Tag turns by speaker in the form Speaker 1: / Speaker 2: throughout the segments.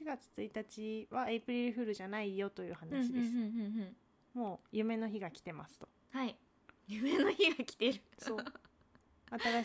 Speaker 1: 4月1日はエイプリルフールじゃないよという
Speaker 2: うんうん
Speaker 1: 話です、
Speaker 2: うんうんうん
Speaker 1: もう夢の日が来てますと
Speaker 2: はい夢の日が来てる
Speaker 1: そう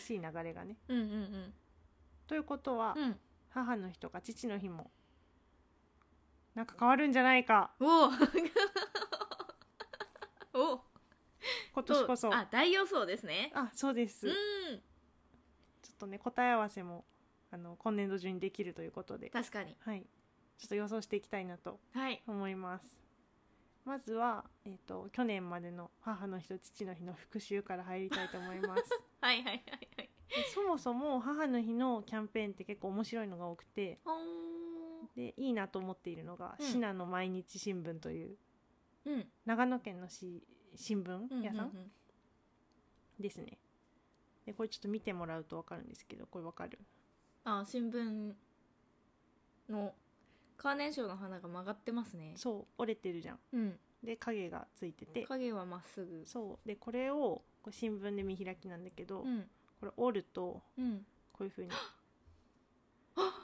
Speaker 1: 新しい流れがね
Speaker 2: うんうんうん
Speaker 1: ということは、
Speaker 2: うん
Speaker 1: 母の日とか父の日もなんか変わるんじゃないか
Speaker 2: おおお
Speaker 1: 今年こそ
Speaker 2: あ
Speaker 1: あ
Speaker 2: 大予想ですね
Speaker 1: そうです、
Speaker 2: う
Speaker 1: ちょ
Speaker 2: ん
Speaker 1: っとね答え合わせもあの今年度中にできるということで
Speaker 2: 確かに
Speaker 1: はいちょっと予想していきたいなと
Speaker 2: はい
Speaker 1: 思いますまずは、えっと去年までの母の日と父の日の復習から入りたいと思います
Speaker 2: はいはいはいはい
Speaker 1: でそもそも母の日のキャンペーンって結構面白いのが多くて
Speaker 2: おー
Speaker 1: でいいなと思っているのが、
Speaker 2: うん
Speaker 1: 信濃毎日新聞という
Speaker 2: うん
Speaker 1: 長野県のし新聞屋さん
Speaker 2: うんうん
Speaker 1: ですねでこれちょっと見てもらうと分かるんですけどこれ分かる
Speaker 2: うんあ新聞のカーネーションの花が曲がってますね
Speaker 1: そう折れてるじゃん
Speaker 2: うん
Speaker 1: で影がついてて
Speaker 2: 影はまっすぐ
Speaker 1: そうでこれをこれ新聞で見開きなんだけど、
Speaker 2: うん
Speaker 1: これ折ると
Speaker 2: うん
Speaker 1: こういうふうに
Speaker 2: あ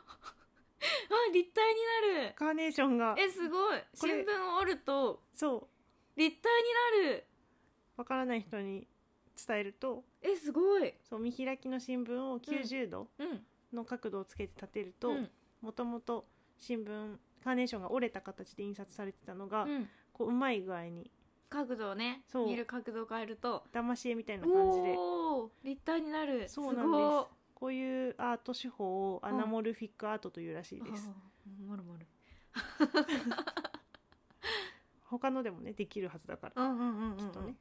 Speaker 2: 立体になる
Speaker 1: カーネーションが
Speaker 2: えすごい
Speaker 1: こ
Speaker 2: 新
Speaker 1: れ
Speaker 2: 聞を折ると
Speaker 1: そう
Speaker 2: 立体になる
Speaker 1: 分からない人に伝えると
Speaker 2: えすごい
Speaker 1: そう見開きの新聞を90度
Speaker 2: うん
Speaker 1: の角度をつけて立てる
Speaker 2: う
Speaker 1: と
Speaker 2: ん
Speaker 1: もともと新聞カーネーションが折れた形で印刷されてたのが、
Speaker 2: うん
Speaker 1: こううまい具合に
Speaker 2: 角度をね
Speaker 1: そう
Speaker 2: 見る角度を変えると
Speaker 1: 騙し絵みたいな感じで
Speaker 2: おお立体になる
Speaker 1: そうなんですこういうアート手法をアナモルフィックアートというらしい
Speaker 2: ごい
Speaker 1: です、
Speaker 2: あーまるまる
Speaker 1: 他のでもねできるはずだから
Speaker 2: うんうんうんうん
Speaker 1: きっとね、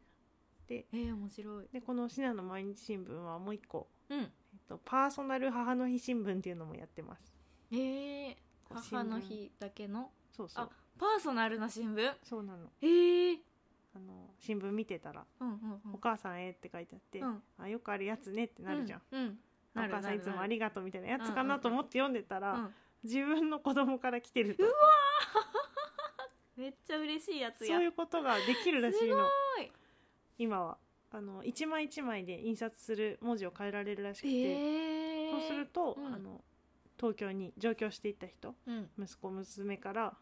Speaker 2: えー、面白い
Speaker 1: でこの信濃毎日新聞はもう一個、
Speaker 2: うん
Speaker 1: えっと、パーソナル母の日新聞っていうのもやってます
Speaker 2: えー、
Speaker 1: こう
Speaker 2: 母の
Speaker 1: 新聞
Speaker 2: 日だけの
Speaker 1: そうそう
Speaker 2: あパーソナルな新聞
Speaker 1: そうなの
Speaker 2: えー、
Speaker 1: あの新聞見てたら
Speaker 2: うんうん
Speaker 1: 「お母さんへ」って書いてあって、
Speaker 2: うんうん
Speaker 1: あよくあるやつねってなるじゃん、
Speaker 2: うん、うん、なる
Speaker 1: お母さんいつもありがとうみたいなやつか
Speaker 2: うんうんう
Speaker 1: なんと思って読んでたら、
Speaker 2: なるうん
Speaker 1: 自分の子供から来てると
Speaker 2: めっちゃ嬉しいやつや
Speaker 1: そういうことができるらしいの
Speaker 2: ごい
Speaker 1: 今はあの一枚一枚で印刷する文字を変えられるらしくて、
Speaker 2: えー、
Speaker 1: そうすると、
Speaker 2: うん
Speaker 1: あの東京に上京していった人
Speaker 2: うん、
Speaker 1: 息子娘から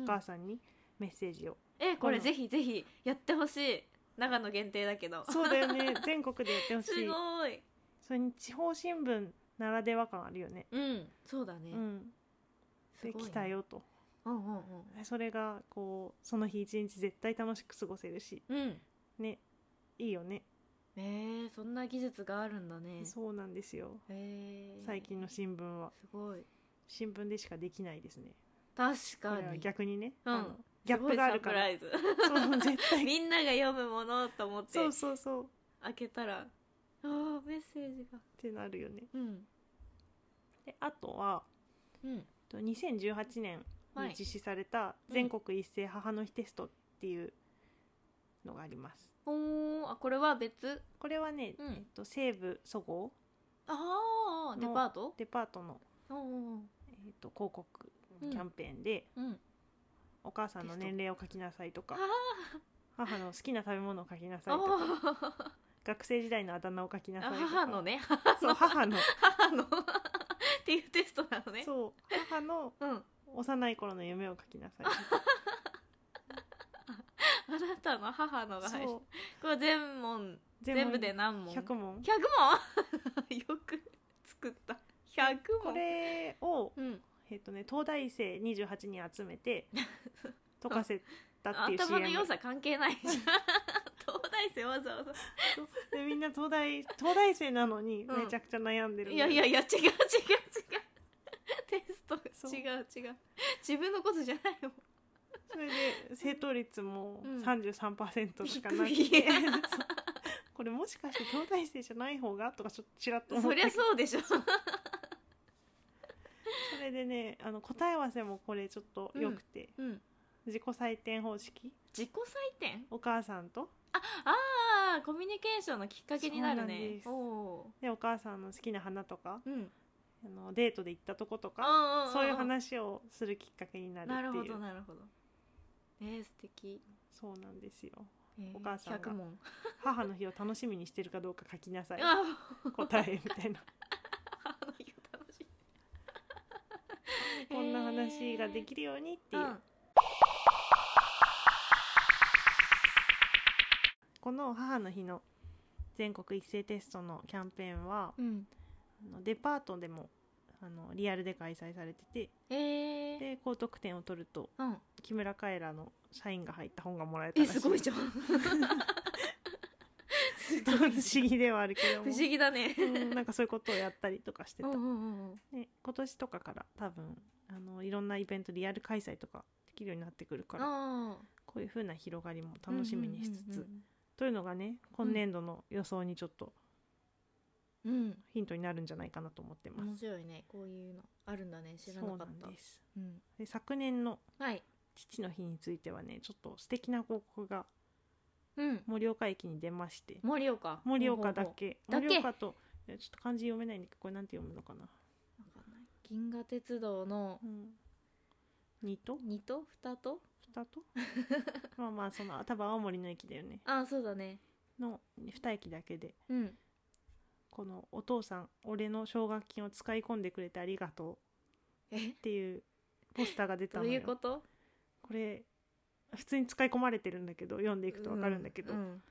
Speaker 1: お母さんにメッセージを、
Speaker 2: えこれぜひぜひやってほしい長野限定だけど
Speaker 1: そうだよ ね全国でやってほし
Speaker 2: す
Speaker 1: い
Speaker 2: ごい
Speaker 1: それに地方新聞ならでは感あるよね
Speaker 2: うんそうだね、
Speaker 1: うん
Speaker 2: す
Speaker 1: で
Speaker 2: ごいね
Speaker 1: きたよと
Speaker 2: うんうん
Speaker 1: それがこうその日一日絶対楽しく過ごせるし
Speaker 2: うんうん
Speaker 1: ねいいよね、
Speaker 2: えー、そんな技術があるんだね
Speaker 1: そうなんですよ
Speaker 2: えー、
Speaker 1: 最近の新聞は
Speaker 2: すごい
Speaker 1: 新聞でしかできないですね
Speaker 2: 確
Speaker 1: こ
Speaker 2: か
Speaker 1: れは
Speaker 2: に
Speaker 1: 逆にね、
Speaker 2: うん
Speaker 1: あのギャップがあるから
Speaker 2: すごいサプライズ
Speaker 1: そう絶対
Speaker 2: みんなが読むものと思って
Speaker 1: そうそうそうっ
Speaker 2: 開けたらあーメッセージが
Speaker 1: てなるよね
Speaker 2: うん
Speaker 1: であとは
Speaker 2: うん
Speaker 1: と2018年
Speaker 2: はい
Speaker 1: に実施された全国一斉母の日テストっていうのがあります。
Speaker 2: おーあこれは別
Speaker 1: これはね、
Speaker 2: うん
Speaker 1: えっと、西武そご
Speaker 2: ああデパート
Speaker 1: うデパートの、
Speaker 2: おー
Speaker 1: えっと、広告
Speaker 2: う
Speaker 1: キ
Speaker 2: ん
Speaker 1: ャンペーンで、
Speaker 2: うん
Speaker 1: お母さんの年齢を書きなさいと
Speaker 2: あ
Speaker 1: か母の好きな食べ物を書きなさいとか
Speaker 2: ー
Speaker 1: 学生時代のあだ名を書きなさい
Speaker 2: あ
Speaker 1: とか
Speaker 2: 母のね
Speaker 1: そう母の
Speaker 2: 母の っていうテストなのね
Speaker 1: そう母の
Speaker 2: うんあ
Speaker 1: 幼い頃の夢を書きな さいとか
Speaker 2: なたの母のが入る
Speaker 1: そう
Speaker 2: これ全問全部で何問
Speaker 1: 100問
Speaker 2: 100問 よく作った100問
Speaker 1: これを
Speaker 2: うん、
Speaker 1: えっとね、東大生28人集め て解かせたっていう CM
Speaker 2: 頭の良さ関係ないじゃん 東大生わざわざ
Speaker 1: そうでみんな東大東大生なのに
Speaker 2: うん
Speaker 1: めちゃくちゃ悩んでる、
Speaker 2: いやいやいや違う違う違うテスト
Speaker 1: そう
Speaker 2: 違う違う自分のことじゃないよ
Speaker 1: それで正答率も
Speaker 2: うん
Speaker 1: 33%しかなくて、
Speaker 2: 低い
Speaker 1: そうこれもしかして東大生じゃない方がとかちょっとちらっと思っ
Speaker 2: そ
Speaker 1: て
Speaker 2: りゃそうでしょ
Speaker 1: それでねあの答え合わせもこれちょっと良くて、
Speaker 2: うん
Speaker 1: 自己採点方式
Speaker 2: 自己採点
Speaker 1: お母さんと
Speaker 2: ああコミュニケーションのきっかけになる
Speaker 1: そうなん
Speaker 2: ね
Speaker 1: です
Speaker 2: おお
Speaker 1: でお母さんの好きな花とか
Speaker 2: ーうん
Speaker 1: あのデートで行ったとことか
Speaker 2: あ
Speaker 1: そういう話をするきっかけになる
Speaker 2: なる
Speaker 1: って
Speaker 2: ほ
Speaker 1: いう
Speaker 2: どなるほどえー、素敵、
Speaker 1: そうなんですよ
Speaker 2: えー、
Speaker 1: お母さんが
Speaker 2: 100問
Speaker 1: 母の日を楽しみにしてるかどうか書きなさい
Speaker 2: あ
Speaker 1: 答えみたいな
Speaker 2: 母の日が楽しい
Speaker 1: こんな話ができるようにっていう、
Speaker 2: うん
Speaker 1: この母の日の全国一斉テストのキャンペーンは
Speaker 2: うん
Speaker 1: あのデパートでもあのリアルで開催されてて
Speaker 2: えー
Speaker 1: で高得点を取ると
Speaker 2: うん、
Speaker 1: 木村カエラのサインが入った本がもらえた
Speaker 2: え
Speaker 1: らしい
Speaker 2: すごい
Speaker 1: ち
Speaker 2: じゃんす
Speaker 1: ょっ
Speaker 2: ご
Speaker 1: と
Speaker 2: い
Speaker 1: 不思議ではあるけど
Speaker 2: 不
Speaker 1: も
Speaker 2: 思議だね
Speaker 1: うんなんかそういうことをやったりとかして
Speaker 2: う
Speaker 1: た
Speaker 2: んうんうん
Speaker 1: ね、今年とかから多分あのいろんなイベントリアル開催とかできるようになってくるから
Speaker 2: あ
Speaker 1: こういう風な広がりも
Speaker 2: ー
Speaker 1: 楽しみにしつつ、というのがね今年度の予想にちょっと
Speaker 2: うんうんうんうん
Speaker 1: ヒントになるんじゃないかなと思ってま
Speaker 2: うん面
Speaker 1: す。
Speaker 2: 白いねこういうのあるんだね知らなかっ
Speaker 1: そうな
Speaker 2: た
Speaker 1: んです
Speaker 2: うん
Speaker 1: で昨年の
Speaker 2: はい
Speaker 1: 父の日についてはねちょっと素敵な広告が
Speaker 2: うん
Speaker 1: 盛岡駅に出まして
Speaker 2: 盛岡
Speaker 1: 盛岡だ
Speaker 2: ほうほうほ
Speaker 1: け
Speaker 2: ほうだけ
Speaker 1: 盛岡といやちょっと漢字読めないんでこれなんて読むのかな、
Speaker 2: うわかんない銀河鉄道の
Speaker 1: うん、2と
Speaker 2: 二と二と
Speaker 1: 2とまあまあその多分青森の駅だよね
Speaker 2: あーそうだね
Speaker 1: の2駅だけで
Speaker 2: うん
Speaker 1: この「お父さん俺の奨学金を使い込んでくれてありがとう」
Speaker 2: え
Speaker 1: っていうポスターが出た
Speaker 2: ど
Speaker 1: の
Speaker 2: う
Speaker 1: よ
Speaker 2: いうこと
Speaker 1: これ普通に使い込まれてるんだけど読んでいくと分かるんだけど、
Speaker 2: ううん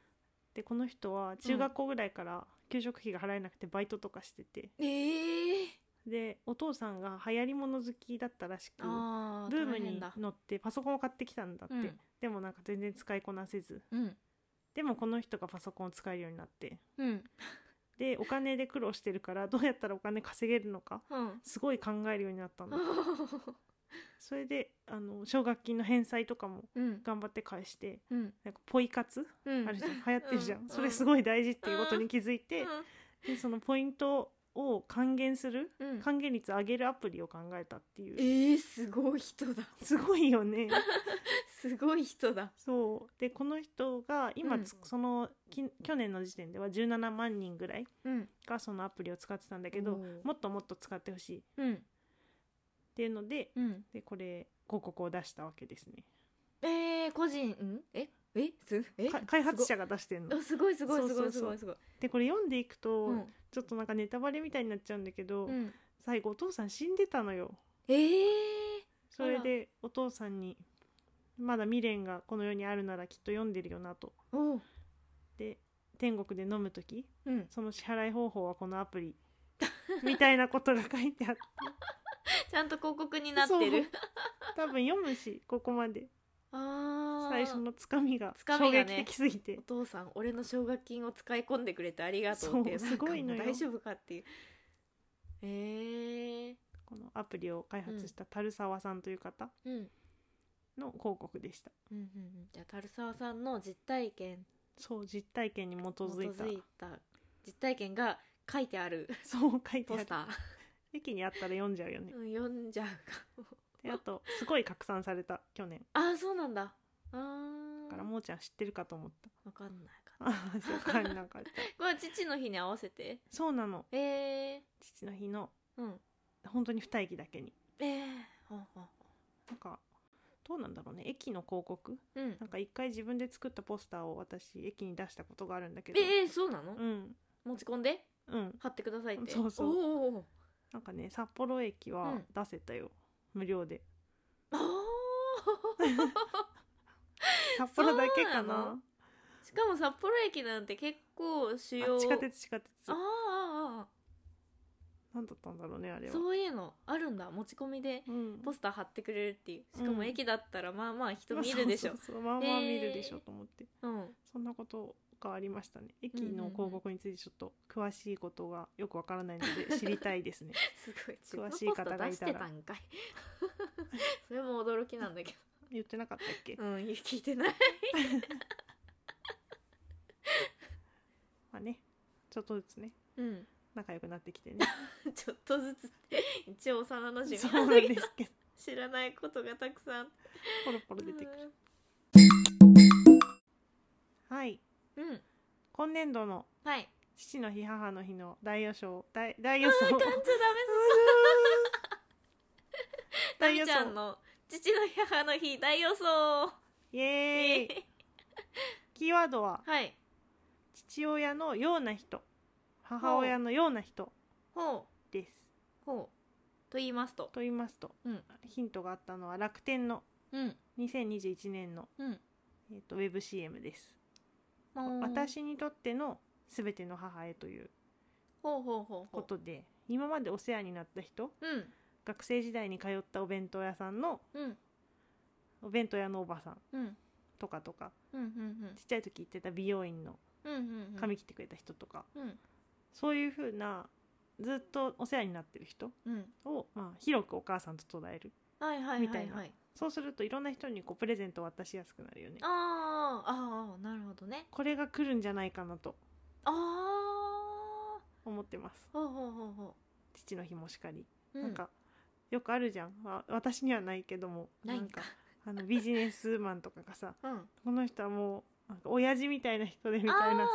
Speaker 1: でこの人は中学校ぐらいから給食費が払えなくてバイトとかしてて、
Speaker 2: ええ
Speaker 1: でお父さんが流行り物好きだったらしく
Speaker 2: あー
Speaker 1: ブーム
Speaker 2: 大変
Speaker 1: に
Speaker 2: だ
Speaker 1: 乗ってパソコンを買ってきたんだって、
Speaker 2: うん
Speaker 1: でもなんか全然使いこなせず
Speaker 2: うん
Speaker 1: でもこの人がパソコンを使えるようになって
Speaker 2: うん
Speaker 1: でお金で苦労してるからどうやったらお金稼げるのか
Speaker 2: うん
Speaker 1: すごい考えるようになったんだそれであの奨学金の返済とかも
Speaker 2: うん
Speaker 1: 頑張って返して
Speaker 2: うん
Speaker 1: なんかポイ活、
Speaker 2: うん
Speaker 1: あるじゃん流行ってるじゃん、
Speaker 2: うん
Speaker 1: それすごい大事っていうことに気づいて、
Speaker 2: うん
Speaker 1: でそのポイントを還元する
Speaker 2: うん
Speaker 1: 還元率上げるアプリを考えたっていう、
Speaker 2: えー、すごい人だ
Speaker 1: すごいよね
Speaker 2: すごい人だ
Speaker 1: そうでこの人が今つ、
Speaker 2: うん
Speaker 1: そのき去年の時点では17万人ぐらい
Speaker 2: うん
Speaker 1: がそのアプリを使ってたんだけど
Speaker 2: おー
Speaker 1: もっともっと使ってほしいっ
Speaker 2: うん
Speaker 1: ていうので
Speaker 2: うん
Speaker 1: でこれ広告を出したわけですね
Speaker 2: えー、個人んええすえ
Speaker 1: か開発者が出してるの
Speaker 2: すごあすごいすごい
Speaker 1: そう
Speaker 2: す
Speaker 1: そ
Speaker 2: ご
Speaker 1: う
Speaker 2: いす
Speaker 1: そ
Speaker 2: ご
Speaker 1: う
Speaker 2: いすごい
Speaker 1: でこれ読んでいくと、
Speaker 2: うん
Speaker 1: ちょっとなんかネタバレみたいになっちゃうんだけど、
Speaker 2: うん
Speaker 1: 最後お父さん死んでたのよ
Speaker 2: えー、
Speaker 1: それでお父さんに「まだ未練がこの世にあるならきっと読んでるよな」と。
Speaker 2: おう
Speaker 1: で天国で飲む時
Speaker 2: うん
Speaker 1: その支払い方法はこのア プリみたいなことが書いてあって
Speaker 2: ちゃんと広告になって
Speaker 1: そう
Speaker 2: る
Speaker 1: 多分読むしここまで
Speaker 2: あー
Speaker 1: 最初のつかみが
Speaker 2: つか
Speaker 1: 衝
Speaker 2: みが
Speaker 1: 撃
Speaker 2: ね
Speaker 1: 的すぎて、
Speaker 2: お父さん俺の奨学金を使い込んでくれてありがとうって
Speaker 1: そうすごいのよ
Speaker 2: なんかもう大丈夫かっていうえー、
Speaker 1: このアプリを開発した樽沢さんという方
Speaker 2: うんうん
Speaker 1: の広告でした
Speaker 2: うんうんじゃあ樽沢さんの実体験
Speaker 1: そう実体験に基
Speaker 2: 基
Speaker 1: づいた
Speaker 2: づいた実体験が書いてある
Speaker 1: そう書いて
Speaker 2: ポ
Speaker 1: あ
Speaker 2: ス
Speaker 1: る
Speaker 2: タ
Speaker 1: 駅にあったら読んじゃうよね
Speaker 2: ー、 うん、読んじゃうかも
Speaker 1: であとすごい拡散された去年
Speaker 2: ああそうなんだあ
Speaker 1: だ
Speaker 2: ー
Speaker 1: からもーちゃん知ってるかと思った
Speaker 2: わかんないかな
Speaker 1: ああそうかなん か
Speaker 2: これは父の日に合わせて
Speaker 1: そうなの
Speaker 2: えー、
Speaker 1: 父の日の
Speaker 2: うん
Speaker 1: 本当に二駅だけに
Speaker 2: えー、ほんほん
Speaker 1: なんかどうなんだろうね駅の広告
Speaker 2: ほんうん
Speaker 1: なんか一回自分で作ったポスターを私駅に出したことがあるんだけど
Speaker 2: えー、そうなの、
Speaker 1: うん
Speaker 2: 持ち込んで
Speaker 1: うん
Speaker 2: 貼ってくださいって
Speaker 1: そうそう
Speaker 2: おー
Speaker 1: なんかね札幌駅は
Speaker 2: うん
Speaker 1: 出せたよ、無料で
Speaker 2: あー
Speaker 1: 札幌だけ
Speaker 2: そ
Speaker 1: か
Speaker 2: うな
Speaker 1: な
Speaker 2: のしかも札幌駅なんて結構主要
Speaker 1: あ地下鉄地下鉄
Speaker 2: あーあ
Speaker 1: なんだったんだろうねあ
Speaker 2: ー
Speaker 1: れ
Speaker 2: あー
Speaker 1: は
Speaker 2: そういうのあるんだ持ち込みで
Speaker 1: うん
Speaker 2: ポスター貼ってくれるっていうしか
Speaker 1: うん
Speaker 2: も駅だったらまあまあ人見るでし
Speaker 1: ま
Speaker 2: ょ
Speaker 1: あ、そうそうそうまあまあ
Speaker 2: えー
Speaker 1: 見るでしょと思って、
Speaker 2: うん
Speaker 1: そんなことがありましたね駅
Speaker 2: うんうんう
Speaker 1: の
Speaker 2: ん
Speaker 1: 広告についてちょっと詳しいことがよくわからないの で知りたいですね
Speaker 2: すごい自分
Speaker 1: 詳
Speaker 2: の
Speaker 1: しい
Speaker 2: ポス
Speaker 1: 方
Speaker 2: タ
Speaker 1: が
Speaker 2: ー
Speaker 1: い
Speaker 2: 出した
Speaker 1: ら
Speaker 2: てたんかい それも驚きなんだけ
Speaker 1: 言ってなかったっけ、
Speaker 2: どうん聞いてない
Speaker 1: まあねちょっとずつね
Speaker 2: うん
Speaker 1: 仲良くなってきてね
Speaker 2: ちょっとずつ一応幼なじみ
Speaker 1: そう
Speaker 2: な
Speaker 1: なんん
Speaker 2: だけ
Speaker 1: で
Speaker 2: ど
Speaker 1: すけど
Speaker 2: 知らないことがたくさん
Speaker 1: ポロポロ出てくるはい
Speaker 2: うんうん
Speaker 1: 今年度の
Speaker 2: はい
Speaker 1: 父の日母の日の大予想大大 予想
Speaker 2: ちょっとダメそう
Speaker 1: 大
Speaker 2: み
Speaker 1: 予
Speaker 2: ちゃん
Speaker 1: 想
Speaker 2: の父の日母の日大予想
Speaker 1: イエーイキーワードは
Speaker 2: はい
Speaker 1: 父親のような人母親のような人
Speaker 2: ほう
Speaker 1: です
Speaker 2: ほと言いますと
Speaker 1: と言いますと、
Speaker 2: うん
Speaker 1: ヒントがあったのは楽天の
Speaker 2: うん
Speaker 1: 2021年の、
Speaker 2: うん
Speaker 1: えー、とウェブ CM です、
Speaker 2: まあ
Speaker 1: 私にとっての全ての母へという
Speaker 2: ほうほうほうほ
Speaker 1: こ
Speaker 2: う
Speaker 1: とで今までお世話になった人
Speaker 2: うん
Speaker 1: 学生時代に通ったお弁当屋さんの
Speaker 2: うん
Speaker 1: お弁当屋のおばさん
Speaker 2: うん
Speaker 1: とかとか
Speaker 2: うんうん
Speaker 1: ちっちゃい時行ってた美容院の
Speaker 2: うんうん
Speaker 1: 髪切ってくれた人とか、
Speaker 2: うん
Speaker 1: そういうふうなずっとお世話になってる人
Speaker 2: うん
Speaker 1: を、まあ、広くお母さんと捉える
Speaker 2: はいはい
Speaker 1: み
Speaker 2: は
Speaker 1: た
Speaker 2: い
Speaker 1: い
Speaker 2: は
Speaker 1: ないそうするといろんな人にこうプレゼントを渡しやすくなるよね
Speaker 2: あーあーなるほどね
Speaker 1: これが来るんじゃないかなと
Speaker 2: ああ
Speaker 1: 思ってます
Speaker 2: ほうほうほうほ
Speaker 1: 父の日もしかり、
Speaker 2: うう
Speaker 1: なんかよくあるじゃんあ私にはないけども
Speaker 2: ないんか
Speaker 1: なんかあのビジネスマンとかがさ
Speaker 2: うん
Speaker 1: この人はもうなんか親父みたいな人でみたいなさ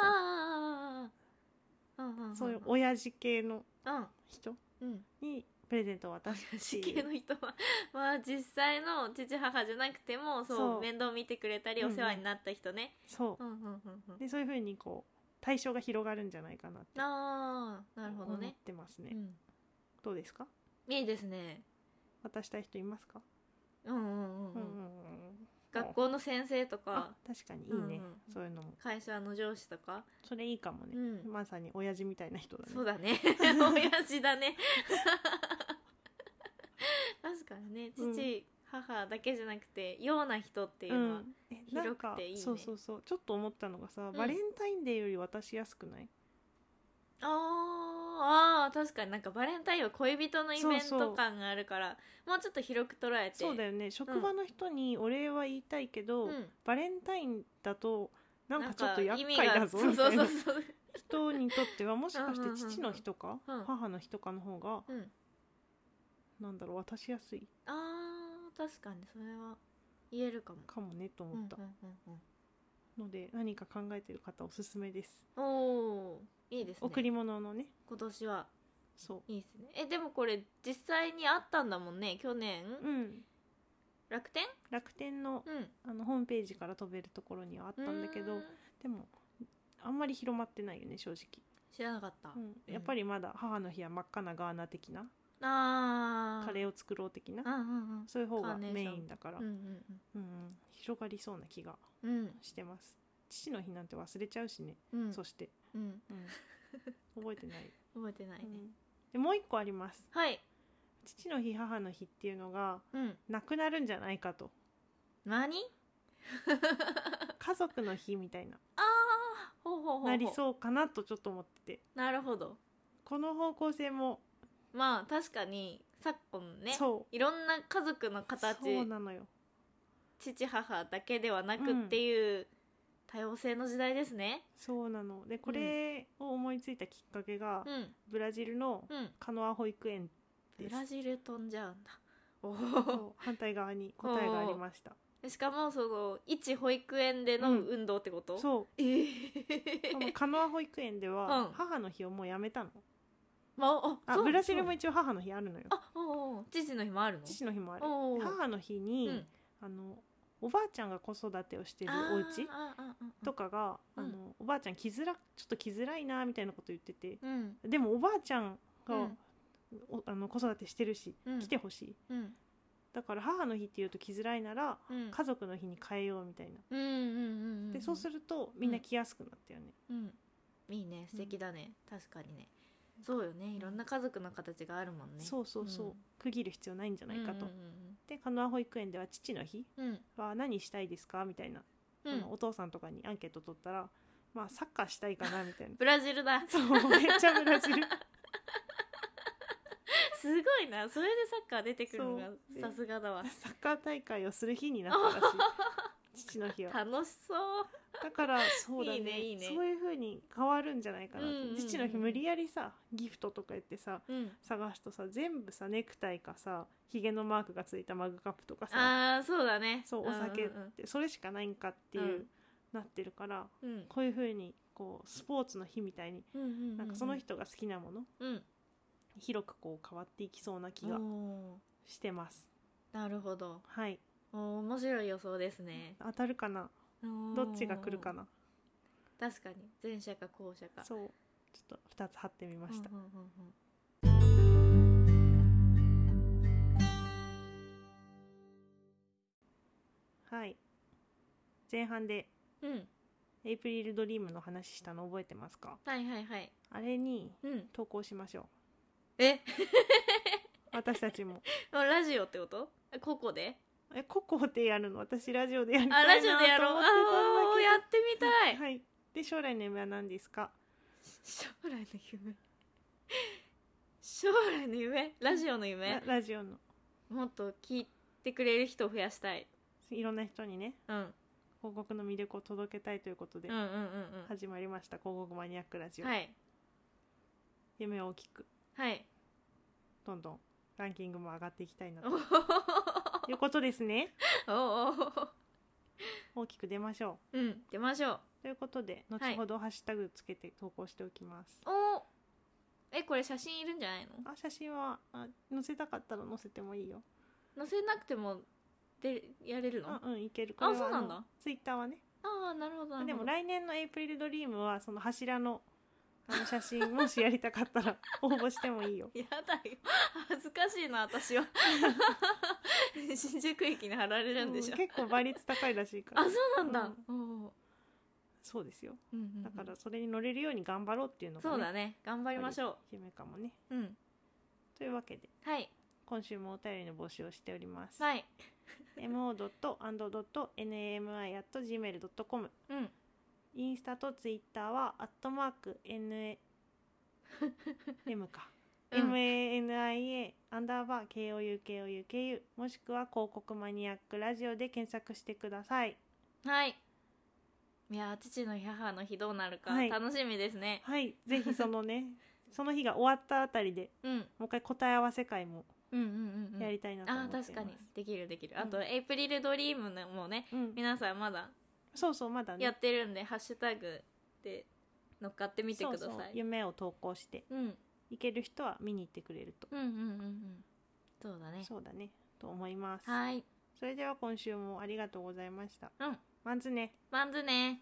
Speaker 2: あーあーあーあーうんうんんん
Speaker 1: そういう親父系の
Speaker 2: うん
Speaker 1: 人
Speaker 2: うん
Speaker 1: にプレゼントを渡すって
Speaker 2: 私
Speaker 1: い
Speaker 2: 系
Speaker 1: う
Speaker 2: の人はまあ実際の父母じゃなくてもそう
Speaker 1: そう
Speaker 2: 面倒見てくれたり
Speaker 1: うん
Speaker 2: お
Speaker 1: うん
Speaker 2: 世話になった人ね、
Speaker 1: そ
Speaker 2: うんうんうんうん
Speaker 1: うでそういうふうにこう対象が広がるんじゃないかなって
Speaker 2: ああなるほ
Speaker 1: 思
Speaker 2: ど
Speaker 1: っ
Speaker 2: ね、
Speaker 1: てますね
Speaker 2: うん、
Speaker 1: どうですか
Speaker 2: いいですね
Speaker 1: 渡したい人いますか、
Speaker 2: うんうんうん、
Speaker 1: うう
Speaker 2: うん
Speaker 1: ん
Speaker 2: ん、
Speaker 1: うん
Speaker 2: 学校の先生と
Speaker 1: あ
Speaker 2: か
Speaker 1: 確かにいい
Speaker 2: うん
Speaker 1: ね、
Speaker 2: うん
Speaker 1: そういうのも
Speaker 2: 会社の上司とか、
Speaker 1: それいいかもね、
Speaker 2: うん
Speaker 1: まさに親父みたいな人だね
Speaker 2: そうだ ね親父だね確かにね父、
Speaker 1: うん
Speaker 2: 母だけじゃなくてような人っていう
Speaker 1: う
Speaker 2: のは、
Speaker 1: ん、え
Speaker 2: 広くていいね
Speaker 1: なんかそうそうそうちょっと思ったのがさ、
Speaker 2: ん
Speaker 1: バレンタインデーより渡しやすくない
Speaker 2: あーあー確かになんかバレンタインは恋人のイベン
Speaker 1: そうそ
Speaker 2: ト
Speaker 1: う
Speaker 2: 感があるからもうちょっと広く捉えて
Speaker 1: そうだ
Speaker 2: よ、
Speaker 1: よね職場の人にお礼は言いたいけど、
Speaker 2: うん、
Speaker 1: バレンタインだとなん
Speaker 2: な
Speaker 1: か
Speaker 2: ん
Speaker 1: ちょっ
Speaker 2: か
Speaker 1: と
Speaker 2: 意
Speaker 1: 厄
Speaker 2: 味
Speaker 1: 介だ
Speaker 2: が
Speaker 1: ぞ
Speaker 2: そう
Speaker 1: み
Speaker 2: そ
Speaker 1: たい
Speaker 2: うそ
Speaker 1: な
Speaker 2: うそう
Speaker 1: 人にとってはもしかし
Speaker 2: うん
Speaker 1: て
Speaker 2: うんうんうん
Speaker 1: 父の日とか
Speaker 2: うん
Speaker 1: 母の日とかの方が
Speaker 2: うん
Speaker 1: なんだろう渡しやすい
Speaker 2: あー確かにそれは言えるかも
Speaker 1: かもねと
Speaker 2: うんうん
Speaker 1: 思った
Speaker 2: うん
Speaker 1: ので何か考えてる方おすすめです
Speaker 2: うんおーいいですね
Speaker 1: 贈り物のね
Speaker 2: 今年は
Speaker 1: そ
Speaker 2: いいですねえでもこれ実際にあったんだもんね去年、
Speaker 1: ううん
Speaker 2: 楽天
Speaker 1: 楽天の
Speaker 2: うん
Speaker 1: あのホームページから飛べるところにはあったんだけ
Speaker 2: う
Speaker 1: ど
Speaker 2: ーん
Speaker 1: でもあんまり広まってないよね正直、
Speaker 2: 知らなかった、
Speaker 1: うん、やっぱりまだ母の日は真っ赤なガーナ的な
Speaker 2: ああ
Speaker 1: カレーを作ろう的な
Speaker 2: うんうん
Speaker 1: そういう方が
Speaker 2: カーネーシ
Speaker 1: メ
Speaker 2: ョン
Speaker 1: インだから、
Speaker 2: うんう
Speaker 1: うん
Speaker 2: ん
Speaker 1: うん広がりそうな気が
Speaker 2: うん
Speaker 1: してます父の日なんて忘れちゃうしね、
Speaker 2: うんうん
Speaker 1: そして、
Speaker 2: うん
Speaker 1: うん、 覚えて ない、
Speaker 2: 覚えてないね、
Speaker 1: うんでもう一個あります
Speaker 2: はい
Speaker 1: 父の日母の日っていうのが
Speaker 2: うん
Speaker 1: なくなるんじゃないか と
Speaker 2: 何
Speaker 1: 家族の日みたいな
Speaker 2: ほうほうほうほう
Speaker 1: なりそうかなとちょっと思ってて
Speaker 2: なるほど
Speaker 1: この方向性も、
Speaker 2: まあ確かに昨今ね
Speaker 1: そう
Speaker 2: いろんな家族の形
Speaker 1: そうなのよ
Speaker 2: 父母だけではなく
Speaker 1: うん
Speaker 2: っていう、多様性の時代ですね
Speaker 1: そうなのでこれを思いついたきっかけが、
Speaker 2: うん
Speaker 1: ブラジルの
Speaker 2: うん
Speaker 1: カノア保育園
Speaker 2: ブ
Speaker 1: で
Speaker 2: ラ
Speaker 1: す
Speaker 2: ジル飛んじゃうんだお
Speaker 1: そ
Speaker 2: お
Speaker 1: う反対側に答えがありました
Speaker 2: しかもその一保育園での
Speaker 1: うん
Speaker 2: 運動ってこと、
Speaker 1: そう
Speaker 2: ええ
Speaker 1: このカノア保育園で
Speaker 2: うん
Speaker 1: は母の日をもうやめたの、
Speaker 2: まあ、あ
Speaker 1: あ
Speaker 2: そう
Speaker 1: ブラジルも
Speaker 2: そう
Speaker 1: 一応母の日あるのよ
Speaker 2: あおうおう父の日もあるの
Speaker 1: 父の日もある
Speaker 2: おうおう
Speaker 1: 母の日に、
Speaker 2: うん
Speaker 1: あのおばあちゃんが子育てをしてるお家
Speaker 2: あーあーあーあー
Speaker 1: とかが、
Speaker 2: うん
Speaker 1: あのおばあちゃん来づらちょっと来づらいなみたいなこと言ってて
Speaker 2: うん
Speaker 1: でもおばあちゃんが、
Speaker 2: うん
Speaker 1: おあの子育てしてるし、
Speaker 2: うん
Speaker 1: 来てほしい
Speaker 2: うん
Speaker 1: だから母の日っていうと来づらいなら、
Speaker 2: うん
Speaker 1: 家族の日に変えようみたいな
Speaker 2: うんうんうんうん
Speaker 1: でそうするとみんな来やすくなったよね、
Speaker 2: うんいいね素敵だね、確かにねそうよねいろんな家族の形があるもんね
Speaker 1: そうそうそう、
Speaker 2: ん
Speaker 1: 区切る必要ないんじゃないかと、
Speaker 2: うん
Speaker 1: でカノア保育園では父の日
Speaker 2: うんうん
Speaker 1: は何したいですかみたいな、
Speaker 2: うん
Speaker 1: そうの
Speaker 2: ん
Speaker 1: お父さんとかにアンケート取ったらまあサッカーしたいかなみ たいな
Speaker 2: ブラジルだ
Speaker 1: そうめっちゃブラジル
Speaker 2: すごいなそれでサッカー出てくるのが
Speaker 1: そう
Speaker 2: さすがだわ
Speaker 1: サッカー大会をする日になったらしい 父の日は
Speaker 2: 楽しそう
Speaker 1: だからそうだね
Speaker 2: いいねいいね
Speaker 1: そういう風に変わるんじゃないかなと、
Speaker 2: うんうんうん
Speaker 1: 父の日無理やりさギフトとか言ってさ
Speaker 2: うん
Speaker 1: 探すとさ全部さネクタイかさひげのマークがついたマグカップとかさ
Speaker 2: ああそうだね
Speaker 1: そうお酒っ
Speaker 2: うん
Speaker 1: てそれしかないんかっていう、
Speaker 2: うん
Speaker 1: なってるから
Speaker 2: うん
Speaker 1: こういう風にこうスポーツの日みたいに
Speaker 2: うんうんうん
Speaker 1: なんかその人が好きなもの
Speaker 2: うん
Speaker 1: 広くこう変わっていきそうな気が
Speaker 2: おー
Speaker 1: してます。
Speaker 2: なるほど
Speaker 1: はい、
Speaker 2: おー面白い予想ですね
Speaker 1: 当たるかなどっちが来るか
Speaker 2: な
Speaker 1: な
Speaker 2: 確かに前者か後者か
Speaker 1: そうちょっと2つ貼ってみました
Speaker 2: うんうんうんうん
Speaker 1: はい前半で
Speaker 2: うん
Speaker 1: エイプリルドリームの話したの覚えてますか
Speaker 2: はいはいはい
Speaker 1: あれに
Speaker 2: うん
Speaker 1: 投稿しましょ
Speaker 2: え
Speaker 1: う私たちも
Speaker 2: ラジオってことえここで
Speaker 1: えココでやるの私ラジオでやりた
Speaker 2: あ
Speaker 1: いな
Speaker 2: ラジオでやろう
Speaker 1: と思って
Speaker 2: あーやってみ
Speaker 1: たんだ
Speaker 2: た
Speaker 1: け
Speaker 2: い
Speaker 1: どはいで将来の夢は何ですか
Speaker 2: 将来の夢 将来の夢ラジオの夢
Speaker 1: ララジオの
Speaker 2: もっと聞いてくれる人を増やしたい、
Speaker 1: いろんな人にね
Speaker 2: うん、
Speaker 1: 広告の魅力を届けたいということで
Speaker 2: うんうんうん
Speaker 1: 始まりました、広告マニアックラジ
Speaker 2: う
Speaker 1: オ、
Speaker 2: んはい
Speaker 1: 夢を大きく
Speaker 2: はい
Speaker 1: どんどんランキングも上がっていきたいな
Speaker 2: お
Speaker 1: と
Speaker 2: お
Speaker 1: いうことですね
Speaker 2: おお
Speaker 1: 大きく出ましょ
Speaker 2: うん出ましょう
Speaker 1: うということで
Speaker 2: い
Speaker 1: 後ほどハッシュタグつけて投稿しておきます、
Speaker 2: おおえこれ写真いるんじゃないの
Speaker 1: あ写真はあ載せたかったら載せてもいいよ
Speaker 2: 載せなくてもでやれるのあ
Speaker 1: うんうんいける
Speaker 2: あそうなんだ
Speaker 1: ツイッターはね
Speaker 2: あーなるほどなるほど
Speaker 1: でも来年のエイプリルドリームはその柱のあの写真もしやりたかった ら応募してもいいよ
Speaker 2: やだよ恥ずかしいな 私は新宿駅に貼られるんでしょ、
Speaker 1: うん結構倍率高いらしいから
Speaker 2: あそうなんだ、おー
Speaker 1: そうですよ
Speaker 2: うんうんうん
Speaker 1: だからそれに乗れるように頑張ろうっていうのが、ね
Speaker 2: そうだね頑張りましょ
Speaker 1: 夢かもね
Speaker 2: ううん
Speaker 1: というわけで
Speaker 2: はい
Speaker 1: 今週もお便りの募集をしております、
Speaker 2: はい、
Speaker 1: mo.and.nami.gmail.com
Speaker 2: うん、
Speaker 1: インスタとツイッターはアットマーク NAM か、
Speaker 2: うん
Speaker 1: MANIA アンダーバー KOUKOUKU もしくは広告マニアックラジオで検索してください
Speaker 2: はいいやー父の日母の日どうなるか
Speaker 1: はい
Speaker 2: 楽しみですね、
Speaker 1: はいぜひそのねその日が終わったあたりで
Speaker 2: うん、
Speaker 1: もう一回答え合わせ会も
Speaker 2: うんうんうんうん
Speaker 1: やりたいなと思
Speaker 2: あ
Speaker 1: っ
Speaker 2: ー
Speaker 1: てます、
Speaker 2: 確かにできるできる、
Speaker 1: うん
Speaker 2: あとエイプリルドリームのもね
Speaker 1: うん、
Speaker 2: 皆さんまだ
Speaker 1: そうそうまだね
Speaker 2: やってるんで、ハッシュタグで乗っかってみてください
Speaker 1: そうそう夢を投稿して
Speaker 2: うん、うん
Speaker 1: 行ける人は見に行ってくれると、
Speaker 2: うんうんうんそうだね
Speaker 1: そうだねと思います
Speaker 2: はい
Speaker 1: それでは今週もありがとうございました
Speaker 2: うん
Speaker 1: まずね
Speaker 2: まんずね